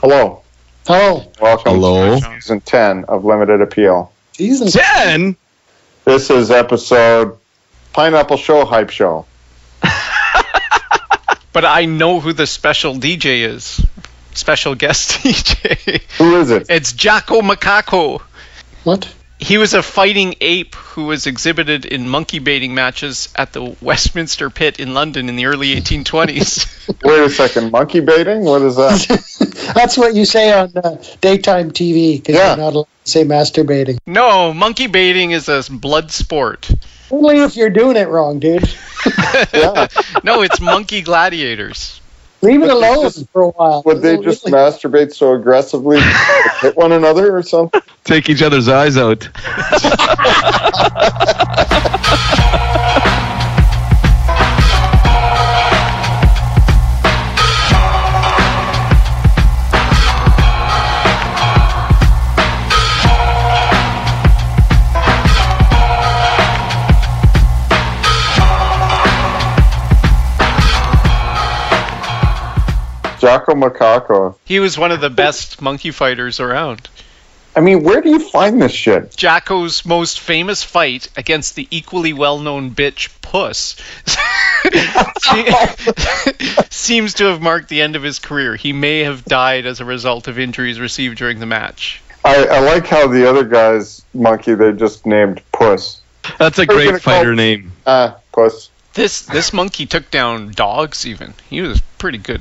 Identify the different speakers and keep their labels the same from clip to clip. Speaker 1: Hello.
Speaker 2: Hello.
Speaker 1: Welcome
Speaker 3: Hello.
Speaker 1: to season 10 of Limited Appeal.
Speaker 2: Season
Speaker 3: Ten.
Speaker 1: This is episode Pineapple Show Hype Show.
Speaker 4: But I know who the special DJ is. Special guest DJ.
Speaker 1: Who is it?
Speaker 4: It's Jocko Macaco.
Speaker 2: What?
Speaker 4: He was a fighting ape who was exhibited in monkey baiting matches at the Westminster Pit in London in the early 1820s.
Speaker 1: Wait a second. Monkey baiting? What is that?
Speaker 2: That's what you say on uh, daytime TV because
Speaker 1: Yeah.
Speaker 2: you're not allowed to say masturbating.
Speaker 4: no, monkey baiting is a blood sport.
Speaker 2: Only if you're doing it wrong, dude.
Speaker 1: yeah.
Speaker 4: No, it's monkey gladiators.
Speaker 2: Leave
Speaker 1: Would
Speaker 2: it
Speaker 1: they
Speaker 2: alone
Speaker 1: just-
Speaker 2: for a while.
Speaker 1: Would they
Speaker 2: It'll
Speaker 1: just
Speaker 2: really-
Speaker 1: masturbate so aggressively they hit one another or something?
Speaker 3: Take each other's eyes out.
Speaker 1: Jocko Macaco.
Speaker 4: He was one of the best monkey fighters around.
Speaker 1: I mean, where do you find this shit?
Speaker 4: Jocko's most famous fight against the equally well-known bitch Puss se- seems to have marked the end of his career. He may have died as a result of injuries received during the match.
Speaker 1: I, I like how the other guy's monkey they just named Puss.
Speaker 3: That's a
Speaker 1: gonna
Speaker 3: great
Speaker 1: call-
Speaker 3: fighter name.
Speaker 1: Ah, Puss.
Speaker 4: This this monkey took down dogs. Even he was pretty good,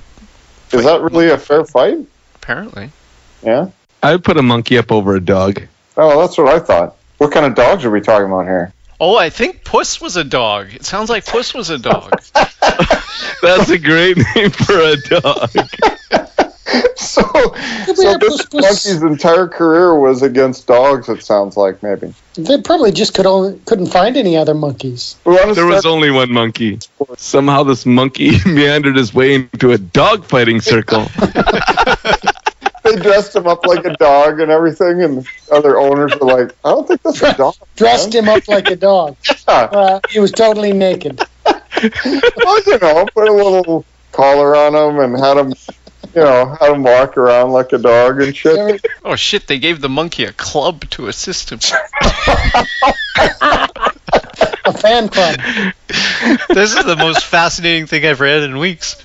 Speaker 1: Is that really a fair fight?
Speaker 4: apparently.
Speaker 1: Yeah.
Speaker 3: I would put a monkey up over a dog.
Speaker 1: Oh, that's what I thought. What kind of dogs are we talking about here?
Speaker 4: Oh, I think Puss was a dog. It sounds like Puss was a dog.
Speaker 3: That's a great name for a dog.
Speaker 1: so, so
Speaker 2: yeah,
Speaker 1: this
Speaker 2: puss, puss.
Speaker 1: monkey's entire career was against dogs. It sounds like maybe.
Speaker 2: They probably just could only, couldn't find any other monkeys.
Speaker 1: We want to
Speaker 3: There
Speaker 1: start,
Speaker 3: was only one monkey. Somehow this monkey meandered his way into a dog fighting circle.
Speaker 1: they dressed him up like a dog and everything, and other owners were like, "I don't think that's a dog."
Speaker 2: Dressed him up like a dog.
Speaker 1: Yeah.
Speaker 2: Uh, he was totally naked.
Speaker 1: Well, you know, put a little collar on him and had him, you know, had him walk around like a dog and shit.
Speaker 4: Oh shit! They gave the monkey a club to assist him.
Speaker 2: A fan club.
Speaker 4: this is the most fascinating thing I've read in weeks.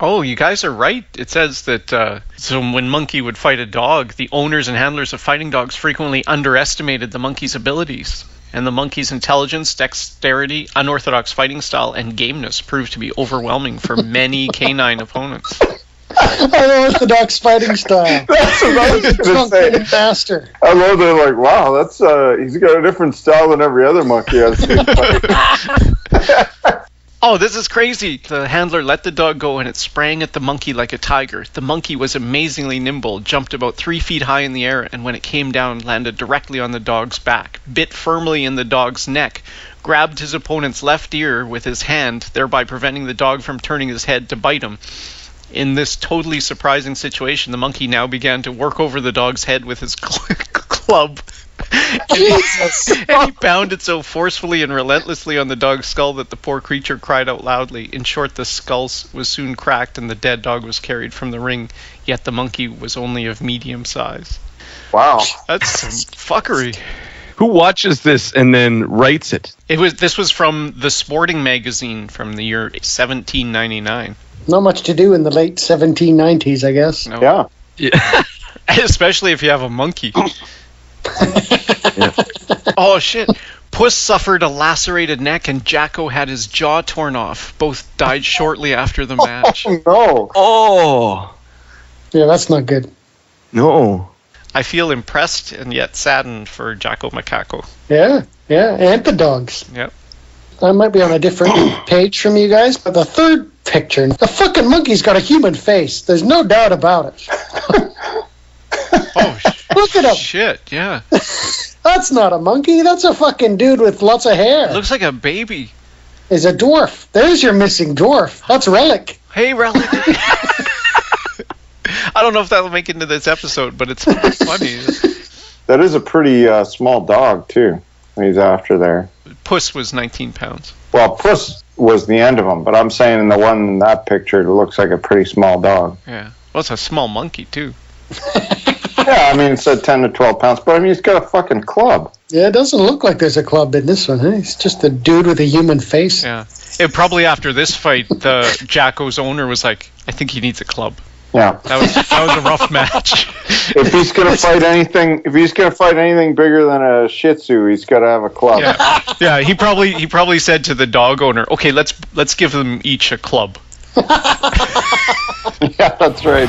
Speaker 4: Oh, you guys are right. It says that uh, so when monkey would fight a dog, the owners and handlers of fighting dogs frequently underestimated the monkey's abilities, and the monkey's intelligence, dexterity, unorthodox fighting style, and gameness proved to be overwhelming for many canine opponents.
Speaker 2: Unorthodox fighting style.
Speaker 1: That's what I was gonna
Speaker 2: Drunken
Speaker 1: say.
Speaker 2: master.
Speaker 1: I love they're like, "Wow, that's uh, he's got a different style than every other monkey I've seen."
Speaker 4: Oh, this is crazy! The handler let the dog go and it sprang at the monkey like a tiger. The monkey was amazingly nimble, jumped about three feet high in the air, and when it came down, landed directly on the dog's back, bit firmly in the dog's neck, grabbed his opponent's left ear with his hand, thereby preventing the dog from turning his head to bite him. In this totally surprising situation, the monkey now began to work over the dog's head with his cl- club. And he- and he pounded so forcefully and relentlessly on the dog's skull that the poor creature cried out loudly. In short, the skull s- was soon cracked and the dead dog was carried from the ring, yet the monkey was only of medium size.
Speaker 1: Wow.
Speaker 4: That's some fuckery.
Speaker 3: Who watches this and then writes it?
Speaker 4: It was this was from the sporting magazine from the year 1799.
Speaker 2: Not much to do in the late 1790s, I guess.
Speaker 4: No.
Speaker 1: Yeah.
Speaker 4: Especially if you have a monkey. Oh shit. Puss suffered a lacerated neck and Jacko had his jaw torn off. Both died shortly after the match.
Speaker 1: Oh no.
Speaker 3: Oh
Speaker 2: Yeah, that's not good.
Speaker 3: no.
Speaker 4: I feel impressed and yet saddened for Jocko Macaco.
Speaker 2: Yeah, yeah, and the dogs.
Speaker 4: Yep.
Speaker 2: I might be on a different page from you guys, but the third picture, the fucking monkey's got a human face. There's no doubt about it.
Speaker 4: Oh sh-
Speaker 2: Look at him.
Speaker 4: shit! Yeah,
Speaker 2: That's not a monkey. That's a fucking dude with lots of hair.
Speaker 4: looks like a baby.
Speaker 2: Is a dwarf. There's your missing dwarf. That's relic.
Speaker 4: Hey, Relic. I don't know if that'll make it into this episode, but it's funny.
Speaker 1: That is a pretty uh, small dog too. He's after there.
Speaker 4: Puss was 19 pounds.
Speaker 1: Well, Puss was the end of him, but I'm saying in the one in that picture, it looks like a pretty small dog.
Speaker 4: Yeah. Well, it's a small monkey too.
Speaker 1: Yeah, I mean, it said 10 to 12 pounds, but I mean, he's got a fucking club.
Speaker 2: Yeah, it doesn't look like there's a club in this one. Huh? It's just a dude with a human face.
Speaker 4: Yeah. It probably after this fight, the Jacko's owner was like, "I think he needs a club."
Speaker 1: Yeah.
Speaker 4: That was that was a rough match.
Speaker 1: If he's gonna fight anything, if he's gonna fight anything bigger than a Shih Tzu, he's gotta have a club.
Speaker 4: Yeah, yeah. He probably he probably said to the dog owner, "Okay, let's let's give them each a club."
Speaker 1: yeah that's right.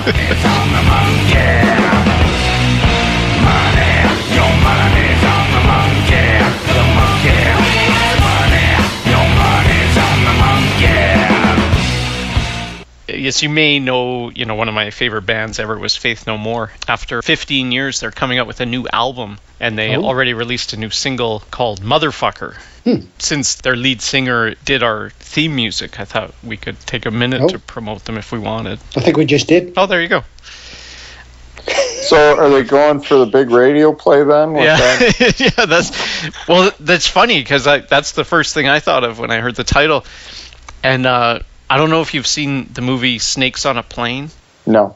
Speaker 4: Yes, you may know, you know, one of my favorite bands ever was Faith No More. After 15 years, they're coming out with a new album, and they already released a new single called Motherfucker. Since their lead singer did our theme music, I thought we could take a minute
Speaker 2: Oh.
Speaker 4: to promote them if we wanted.
Speaker 2: I think we just did.
Speaker 4: Oh, there you go.
Speaker 1: So, are they going for the big radio play then? with that?
Speaker 4: yeah, yeah. That's well. That's funny because that's the first thing I thought of when I heard the title. And uh, I don't know if you've seen the movie Snakes on a Plane
Speaker 1: No.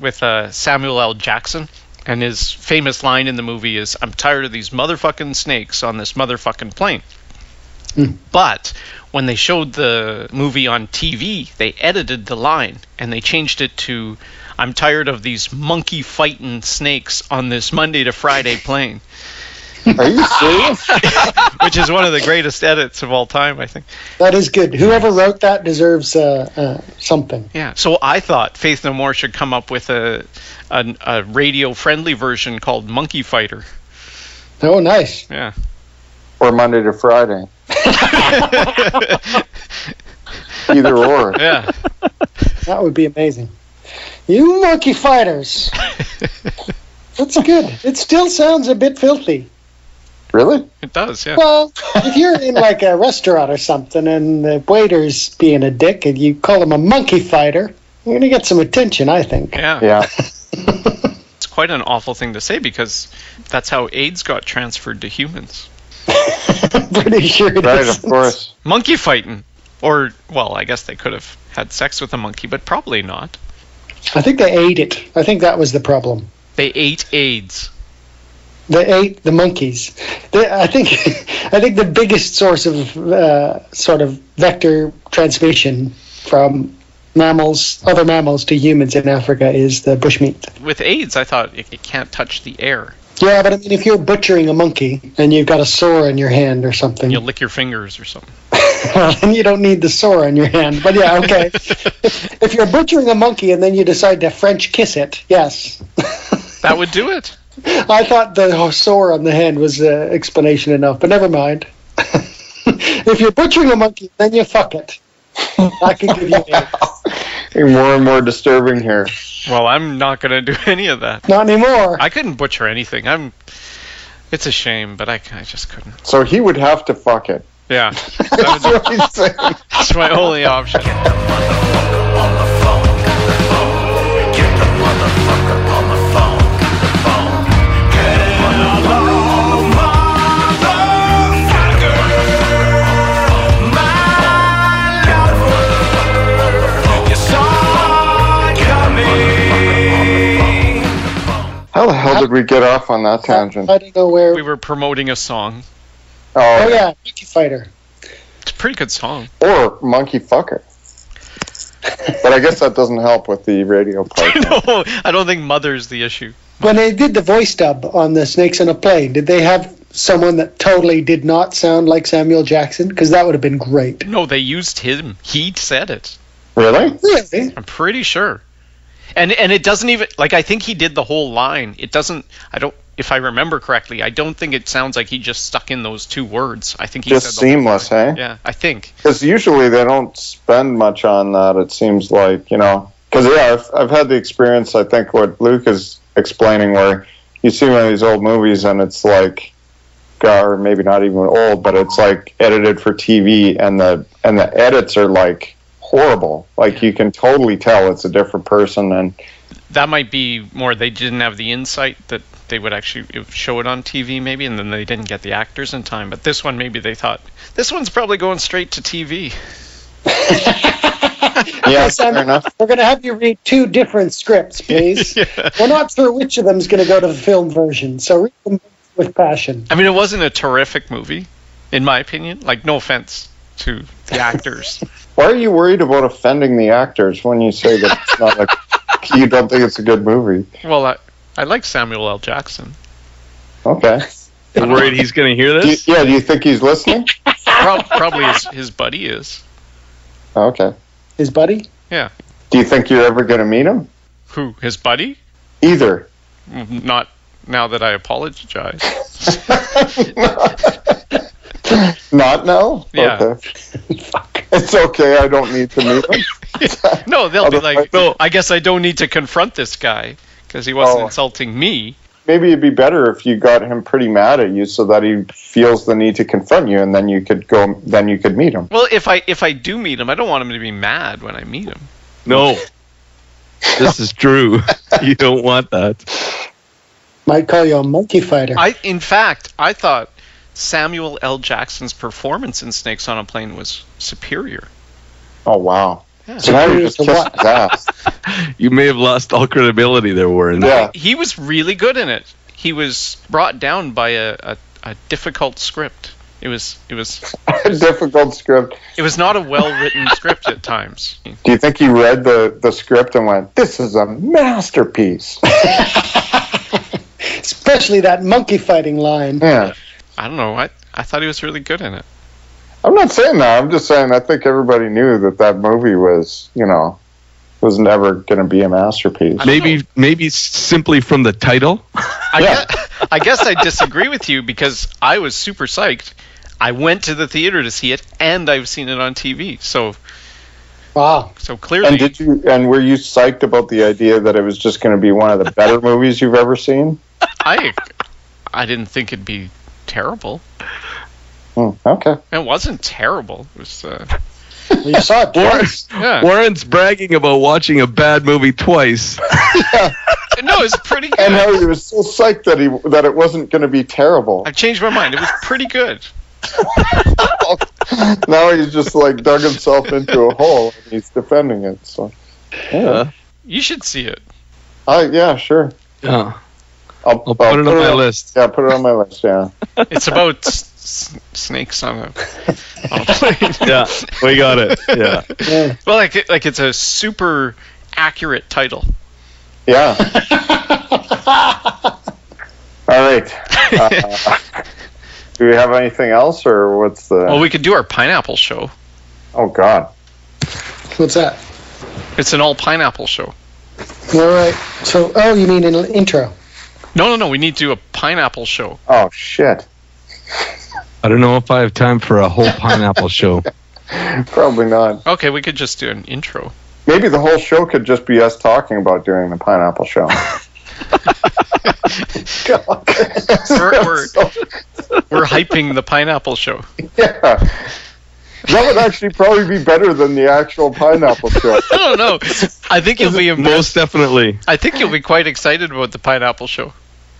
Speaker 4: with uh, Samuel L. Jackson, and his famous line in the movie is, "I'm tired of these motherfucking snakes on this motherfucking plane." But when they showed the movie on TV, they edited the line and they changed it to, "I'm tired of these monkey fighting snakes on this Monday to Friday plane."
Speaker 1: Are you serious?
Speaker 4: which is one of the greatest edits of all time, I think.
Speaker 2: That is good. Whoever wrote that deserves uh, uh, something.
Speaker 4: Yeah. So I thought Faith No More should come up with a a, a radio friendly version called Monkey Fighter.
Speaker 2: Oh, nice.
Speaker 4: Yeah.
Speaker 1: or Monday to Friday? Either or.
Speaker 4: Yeah.
Speaker 2: That would be amazing. You monkey fighters. That's good. It still sounds a bit filthy.
Speaker 1: Really?
Speaker 4: It does. Yeah.
Speaker 2: Well, if you're in like a restaurant or something and the waiter's being a dick and you call him a monkey fighter, you're going to get some attention, I think.
Speaker 4: Yeah.
Speaker 1: Yeah.
Speaker 4: It's quite an awful thing to say because that's how AIDS got transferred to humans.
Speaker 2: I'm pretty sure it
Speaker 1: Right,
Speaker 2: is.
Speaker 1: of course.
Speaker 4: Monkey fighting. Or well, I guess they could have had sex with a monkey, but probably not.
Speaker 2: I think they ate it. I think that was the problem.
Speaker 4: They ate AIDS.
Speaker 2: They ate the monkeys. They, I think I think the biggest source of uh, sort of vector transmission from mammals, other mammals to humans in Africa is the bushmeat.
Speaker 4: With AIDS, I thought it, it can't touch the air.
Speaker 2: Yeah, but I mean, if you're butchering a monkey and you've got a sore on your hand or something,
Speaker 4: You'll lick your fingers or something.
Speaker 2: well, then you don't need the sore on your hand. But yeah, okay. if, if you're butchering a monkey and then you decide to French kiss it, yes.
Speaker 4: That would do it.
Speaker 2: I thought the sore on the hand was uh, explanation enough, but never mind. if you're butchering a monkey, then you fuck it. I can give you that.
Speaker 1: Getting more and more disturbing here.
Speaker 4: Well, I'm not gonna do any of that.
Speaker 2: Not anymore.
Speaker 4: I couldn't butcher anything. I'm. It's a shame, but I, I just couldn't.
Speaker 1: So he would have to fuck it.
Speaker 4: Yeah, that was,
Speaker 1: What he's saying.
Speaker 4: that's my only option.
Speaker 1: How the hell did we get off on that tangent?
Speaker 2: I don't know where.
Speaker 4: We were promoting a song.
Speaker 2: oh yeah, monkey fighter.
Speaker 4: It's a pretty good song.
Speaker 1: Oh, or monkey fucker. But I guess that doesn't help with the radio part.
Speaker 4: no, I don't think "Mother's" the issue.
Speaker 2: When they did the voice dub on the Snakes on a Plane, did they have someone that totally did not sound like Samuel Jackson? Because that would have been great.
Speaker 4: No, they used him. He said it.
Speaker 1: Really?
Speaker 2: Really?
Speaker 4: I'm pretty sure. And and it doesn't even like I think he did the whole line. It doesn't. I don't. If I remember correctly, I don't think it sounds like he just stuck in those two words. I think he
Speaker 1: Just
Speaker 4: said the whole
Speaker 1: seamless,
Speaker 4: line.
Speaker 1: eh?
Speaker 4: Yeah, I think.
Speaker 1: Because usually they don't spend much on that, it seems like, you know. Because, yeah, I've, I've had the experience, I think, what Luke is explaining, where you see one of these old movies and it's like, or maybe not even old, but it's like edited for TV, and the and the edits are like horrible. Like you can totally tell it's a different person, and
Speaker 4: that might be more they didn't have the insight that they would actually show it on TV maybe and then they didn't get the actors in time but this one maybe they thought this one's probably going straight to TV
Speaker 1: Yeah,
Speaker 2: Yes, I'm-
Speaker 1: fair enough.
Speaker 2: We're going to have you read two different scripts, please.
Speaker 4: Yeah.
Speaker 2: We're not sure which of them is going to go to the film version, so read them with passion.
Speaker 4: I mean, it wasn't a terrific movie, in my opinion. Like, no offense to the actors.
Speaker 1: Why are you worried about offending the actors when you say that it's not a, you don't think it's a good movie?
Speaker 4: well, I, I like Samuel L. Jackson.
Speaker 1: Okay.
Speaker 3: I'm worried he's going to hear
Speaker 1: Do you,
Speaker 3: this.
Speaker 1: yeah, do you think he's listening?
Speaker 4: Prob- probably his, his buddy is.
Speaker 1: Okay.
Speaker 2: His buddy?
Speaker 1: Do you think you're ever going to meet him?
Speaker 4: Who? His buddy?
Speaker 1: Either.
Speaker 4: Mm, Not now that I apologize.
Speaker 1: Not now?
Speaker 4: Yeah.
Speaker 1: Okay.
Speaker 2: Fuck.
Speaker 1: It's okay. I don't need to meet him.
Speaker 4: No, they'll be like,
Speaker 1: Otherwise-
Speaker 4: no, I guess I don't need to confront this guy because he wasn't
Speaker 1: Oh.
Speaker 4: insulting me.
Speaker 1: Maybe it'd be better if you got him pretty mad at you so that he feels the need to confront you and then you could go then you could meet him.
Speaker 4: Well, if I if I do meet him, I don't want him to be mad when I meet him.
Speaker 3: No. This is true. You don't want that.
Speaker 2: Might call you a monkey fighter.
Speaker 4: I in fact, I thought Samuel L. Jackson's performance in Snakes on a Plane was superior.
Speaker 1: Oh wow.
Speaker 4: Yeah.
Speaker 1: So now you're just
Speaker 2: Superior to
Speaker 1: kissing
Speaker 2: what?
Speaker 1: his ass.
Speaker 3: You may have lost all credibility there, Warren.
Speaker 1: Yeah.
Speaker 4: He was really good in it. He was brought down by a, a, a difficult script. It was it was
Speaker 1: Difficult script.
Speaker 4: it was not a well written script at times.
Speaker 1: Do you think he read the, the script and went, This is a masterpiece?
Speaker 2: Especially that monkey fighting line.
Speaker 1: Yeah.
Speaker 4: I don't know. I I thought he was really good in it.
Speaker 1: I'm not saying that. I'm just saying I think everybody knew that that movie was, you know, was never going to be a masterpiece.
Speaker 3: Maybe maybe simply from the title.
Speaker 4: I,
Speaker 1: Yeah.
Speaker 4: guess, I guess I disagree with you because I was super psyched. I went to the theater to see it, and I've seen it on TV. So,
Speaker 2: Wow.
Speaker 4: so clearly,
Speaker 1: And did you? And were you psyched about the idea that it was just going to be one of the better movies you've ever seen?
Speaker 4: I, I didn't think it'd be terrible.
Speaker 1: Hmm, okay.
Speaker 4: It wasn't terrible. It was, uh,
Speaker 2: Well, you saw it twice.
Speaker 4: yeah.
Speaker 3: Warren's bragging about watching a bad movie twice.
Speaker 4: No, it's pretty
Speaker 1: And
Speaker 4: good.
Speaker 1: how he was so psyched that he that it wasn't going to be terrible.
Speaker 4: I've changed my mind. It was pretty good.
Speaker 1: now he's just like dug himself into a hole and he's defending it. So, yeah,
Speaker 3: Yeah.
Speaker 4: You should see it.
Speaker 1: I, yeah, sure.
Speaker 3: Yeah.
Speaker 1: I'll,
Speaker 3: I'll put it on my list.
Speaker 1: Yeah, put it on my list. Yeah.
Speaker 4: It's about s- s- snakes on a, on a plane.
Speaker 3: Yeah. We got it. Yeah.
Speaker 2: Yeah.
Speaker 4: Well, like it- like it's a super accurate title.
Speaker 1: Yeah. All right. Uh, do we have anything else, or what's the?
Speaker 4: Well, we could do our pineapple show.
Speaker 1: oh God.
Speaker 2: What's that?
Speaker 4: It's an all pineapple show.
Speaker 2: All right. So, oh, you mean an intro?
Speaker 4: No, no, no. We need to do a pineapple show.
Speaker 1: Oh shit.
Speaker 3: I don't know if I have time for a whole pineapple show.
Speaker 1: Probably not.
Speaker 4: Okay, we could just do an intro.
Speaker 1: Maybe the whole show could just be us talking about doing the pineapple show. God.
Speaker 4: We're- we're- We're hyping the pineapple show.
Speaker 1: yeah. That would actually probably be better than the actual pineapple show.
Speaker 4: I don't know. I think you'll be embar-
Speaker 3: Most definitely.
Speaker 4: I think you'll be quite excited about the pineapple show.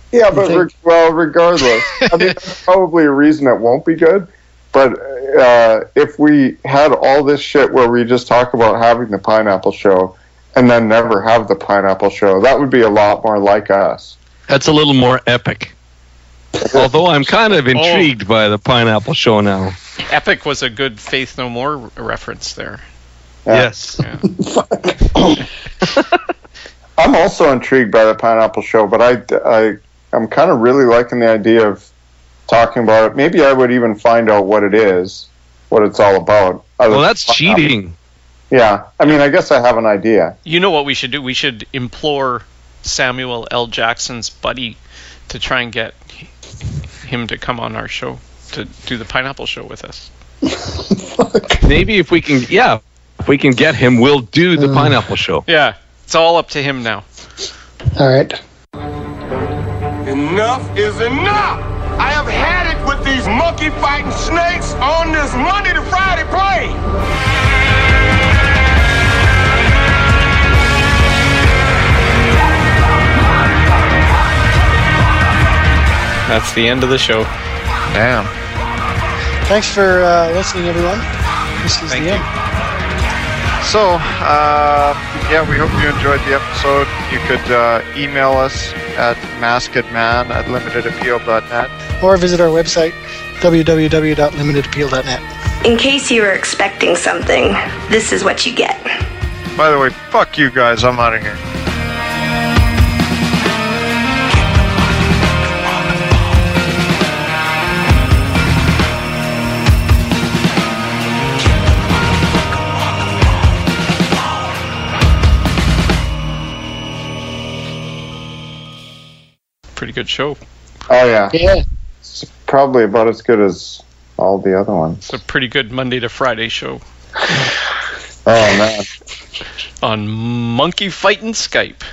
Speaker 1: Yeah, but
Speaker 2: think-
Speaker 1: re- well, regardless, I mean, that's probably a reason it won't be good. But uh, if we had all this shit where we just talk about having the pineapple show and then never have the pineapple show, that would be a lot more like us.
Speaker 3: That's a little more epic. Although I'm kind of intrigued by the pineapple show now.
Speaker 4: Epic was a good Faith No More re- reference there.
Speaker 1: Yeah.
Speaker 3: Yes.
Speaker 1: I'm also intrigued by the pineapple show, but I, I I'm kind of really liking the idea of talking about it. Maybe I would even find out what it is, what it's all about.
Speaker 3: Well, that's cheating.
Speaker 1: Yeah, I mean, I guess I have an idea.
Speaker 4: You know what we should do? We should implore Samuel L. Jackson's buddy to try and get h- him to come on our show to do the pineapple show with us.
Speaker 3: Maybe if we can, yeah, if we can get him, we'll do the pineapple show.
Speaker 4: Yeah, it's all up to him now.
Speaker 2: All right.
Speaker 5: Enough is enough! I have had it with these monkey fighting snakes on this Monday to Friday plane!
Speaker 4: That's the end of the show.
Speaker 6: Thanks for uh, listening, everyone. This is
Speaker 4: Thank
Speaker 6: the
Speaker 4: you.
Speaker 6: end.
Speaker 1: So, uh, yeah, we hope you enjoyed the episode. You could uh, email us at maskedman at limitedappeal.net.
Speaker 2: or visit our website, www.limitedappeal.net.
Speaker 7: In case you were expecting something, this is what you get.
Speaker 1: By the way, fuck you guys, I'm out of here.
Speaker 4: Pretty good show.
Speaker 8: Oh yeah,
Speaker 2: Yeah.
Speaker 8: it's probably about as good as all the other ones.
Speaker 4: It's a pretty good Monday to Friday show
Speaker 8: Oh man.
Speaker 4: on Monkey Fighting Skype.